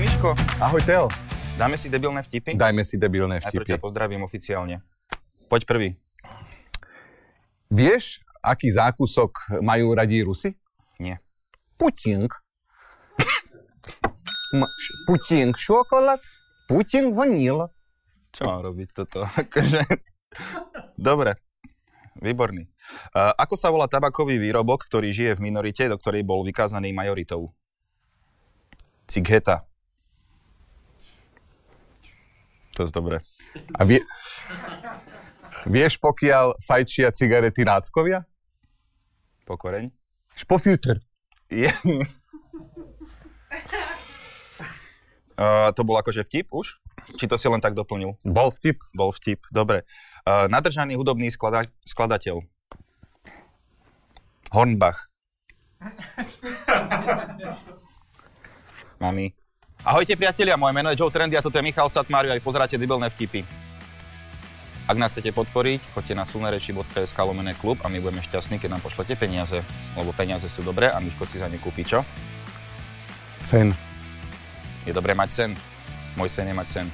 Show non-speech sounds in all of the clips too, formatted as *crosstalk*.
Miško, Ahoj Teo. dáme si debilné vtipy? Dajme si debilné Najprv ťa vtipy. pozdravím oficiálne. Poď prvý. Vieš, aký zákusok majú radí Rusy? Nie. Putink. M- š- Putink šokolad, Putink vaníla. Čo mám robiť toto? *laughs* Akože... Dobre, výborný. Uh, ako sa volá tabakový výrobok, ktorý žije v minorite, do ktorej bol vykázaný majoritou? Cigheta. To je dobre. A vie... Vieš, pokiaľ fajčia cigarety náckovia? Pokoreň? Špofilter. *laughs* Je. Uh, to bol akože vtip už? Či to si len tak doplnil? Bol vtip. Bol vtip, dobre. Uh, nadržaný hudobný sklada- skladateľ. Hornbach. Mami. Ahojte priatelia, moje meno je Joe Trendy a toto je Michal Satmáriu a vy pozeráte debelné vtipy. Ak nás chcete podporiť, choďte na silnereči.sk lomené klub a my budeme šťastní, keď nám pošlete peniaze. Lebo peniaze sú dobré a Miško si za ne kúpi čo? Sen. Je dobré mať sen. Môj sen je mať sen.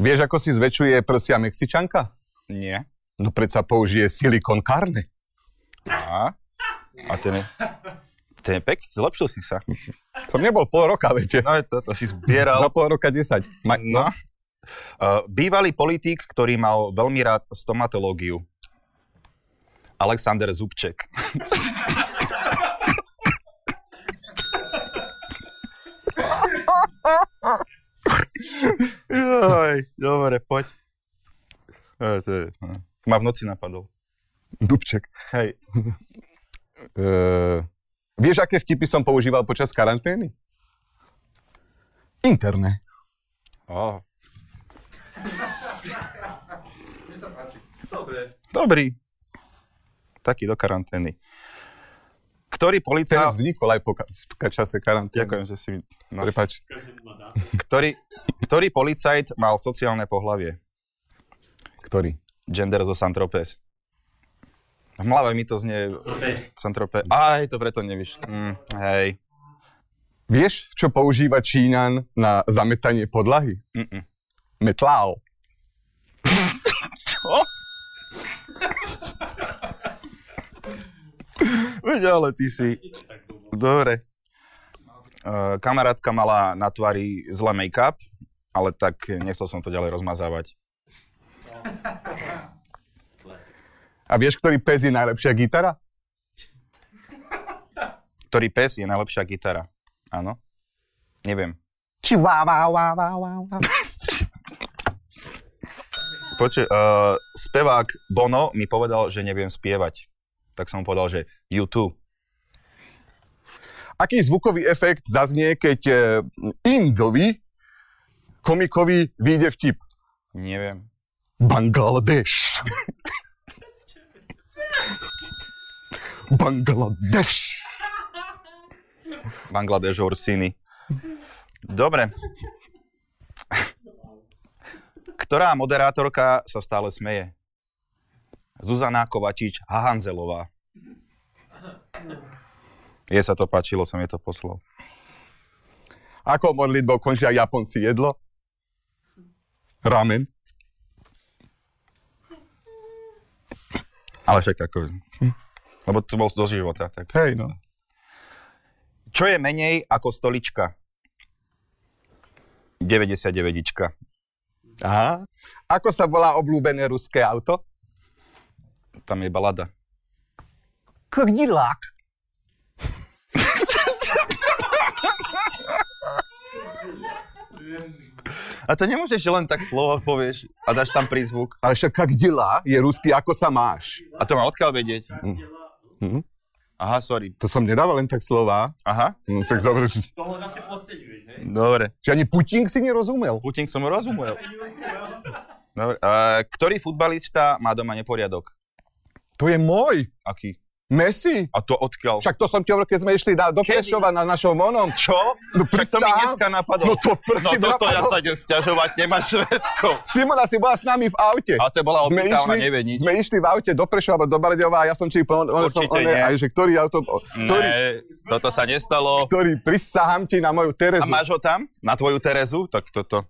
Vieš, ako si zväčšuje prsia Mexičanka? Nie. No predsa použije silikon karne. A? A ten je... Ten je pek, zlepšil si sa. Som nebol pol roka, viete. No je to, to si zbieral. Za pol roka 10. Ma- No. Uh, bývalý politik, ktorý mal veľmi rád stomatológiu. Alexander Zubček. Joj, dobre, poď. E, to je- no. Ma v noci napadol. Dubček. Hej. Uh, vieš, aké vtipy som používal počas karantény? Interné. Oh. Dobrý. Taký do karantény. Ktorý Teraz policajt... vznikol aj po ka- v ka- čase karantény. Ďakujem, že si... mi- No. Prepač. Ktorý, ktorý policajt mal sociálne pohlavie? Ktorý? Gender zo Santropes. V hlave mi to znie... Santrope. Aj, to preto nevíš. Mm, hej. Vieš, čo používa Čínan na zametanie podlahy? Mm-mm. Metlál. Čo? Veď ale ty si... Dobre. Uh, kamarátka mala na tvári zle make-up, ale tak nechcel som to ďalej rozmazávať. A vieš, ktorý pes je najlepšia gitara? Ktorý pes je najlepšia gitara? Áno? Neviem. Chihuahua, wá, wá, wá, wá. Počuj, uh, spevák Bono mi povedal, že neviem spievať. Tak som mu povedal, že YouTube. Aký zvukový efekt zaznie, keď eh, Indovi komikovi vyjde vtip? Neviem. Bangladeš. Bangladeš. Bangladeš Orsini. Dobre. Ktorá moderátorka sa stále smeje? Zuzana Kovačič Hahanzelová. Je sa to páčilo, som je to poslal. Ako modlitbou končia Japonci jedlo? Ramen. Ale však ako... Lebo to bol do života. Tak. Hej, no. Čo je menej ako stolička? 99. Aha. Ako sa volá obľúbené ruské auto? Tam je balada. Krdilák. A to nemôžeš že len tak slovo povieš a dáš tam prízvuk. Ale však krdilá je ruský, ako sa máš. A to má odkiaľ vedieť? Hm. Mhm. Aha, sorry. To som nedával len tak slova. Aha. No, tak dobre, že, Tohle zase podceňuješ, ne? Dobre. že ani Putin si nerozumel. Putin som rozumel. Dobre. A, ktorý futbalista má doma neporiadok? To je môj. Aký? Messi? A to odkiaľ? Však to som ti hovoril, keď sme išli na, do Kedy? Prešova na našom onom. Čo? No Tak to mi prisahám. dneska napadlo. No to prv- No toto ja napadlo. sa idem sťažovať, nemáš svedkov. Simona si bola s nami v aute. A to bola opýta, ona nevie nič. sme išli v aute do Prešova, alebo do Bardejova a ja som či... On, on, som, Určite on, nie. aj, že ktorý auto... Ktorý, Ne, toto sa nestalo. ktorý prisahám ti na moju A Terezu. máš ho tam? Na tvoju Terezu? Tak toto.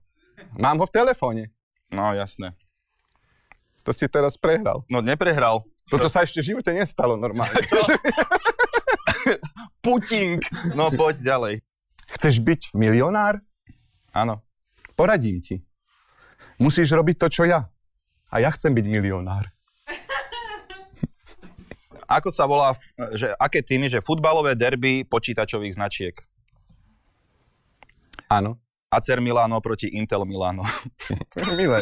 Mám ho v telefóne. No jasné. To si teraz prehral. No neprehral. Toto sa ešte v živote nestalo normálne. *laughs* Puting. No poď ďalej. Chceš byť milionár? Áno. Poradím ti. Musíš robiť to, čo ja. A ja chcem byť milionár. Ako sa volá, že aké týmy, že futbalové derby počítačových značiek? Áno. *laughs* Acer Milano proti Intel Milano. To je Milé.